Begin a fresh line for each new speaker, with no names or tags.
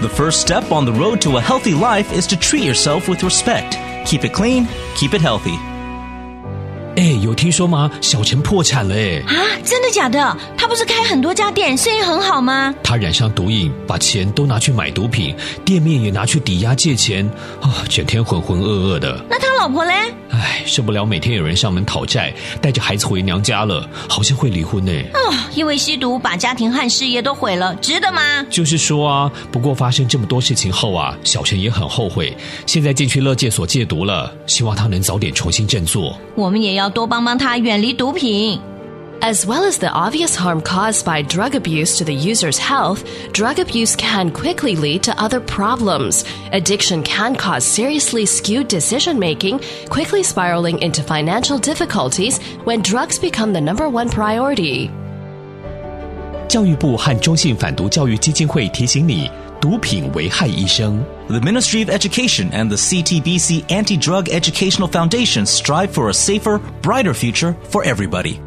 The first step on the road to a healthy life is to treat yourself with respect. Keep it clean, keep it healthy.
哎，有听说吗？小陈破产了哎，
啊，真的假的？他不是开很多家店，生意很好吗？
他染上毒瘾，把钱都拿去买毒品，店面也拿去抵押借钱，啊、整天浑浑噩噩的。
那他老婆嘞？
哎，受不了每天有人上门讨债，带着孩子回娘家了，好像会离婚呢。
哦，因为吸毒把家庭和事业都毁了，值得吗？
就是说啊，不过发生这么多事情后啊，小陈也很后悔，现在进去乐戒所戒毒了，希望他能早点重新振作。
我们也要多帮帮他远离毒品。
As well as the obvious harm caused by drug abuse to the user's health, drug abuse can quickly lead to other problems. Addiction can cause seriously skewed decision making, quickly spiraling into financial difficulties when drugs become the number one priority.
教育部和中信反毒教育基金会提醒你：毒品危害一生。
The Ministry of Education and the CTBC Anti Drug Educational Foundation strive for a safer, brighter future for everybody.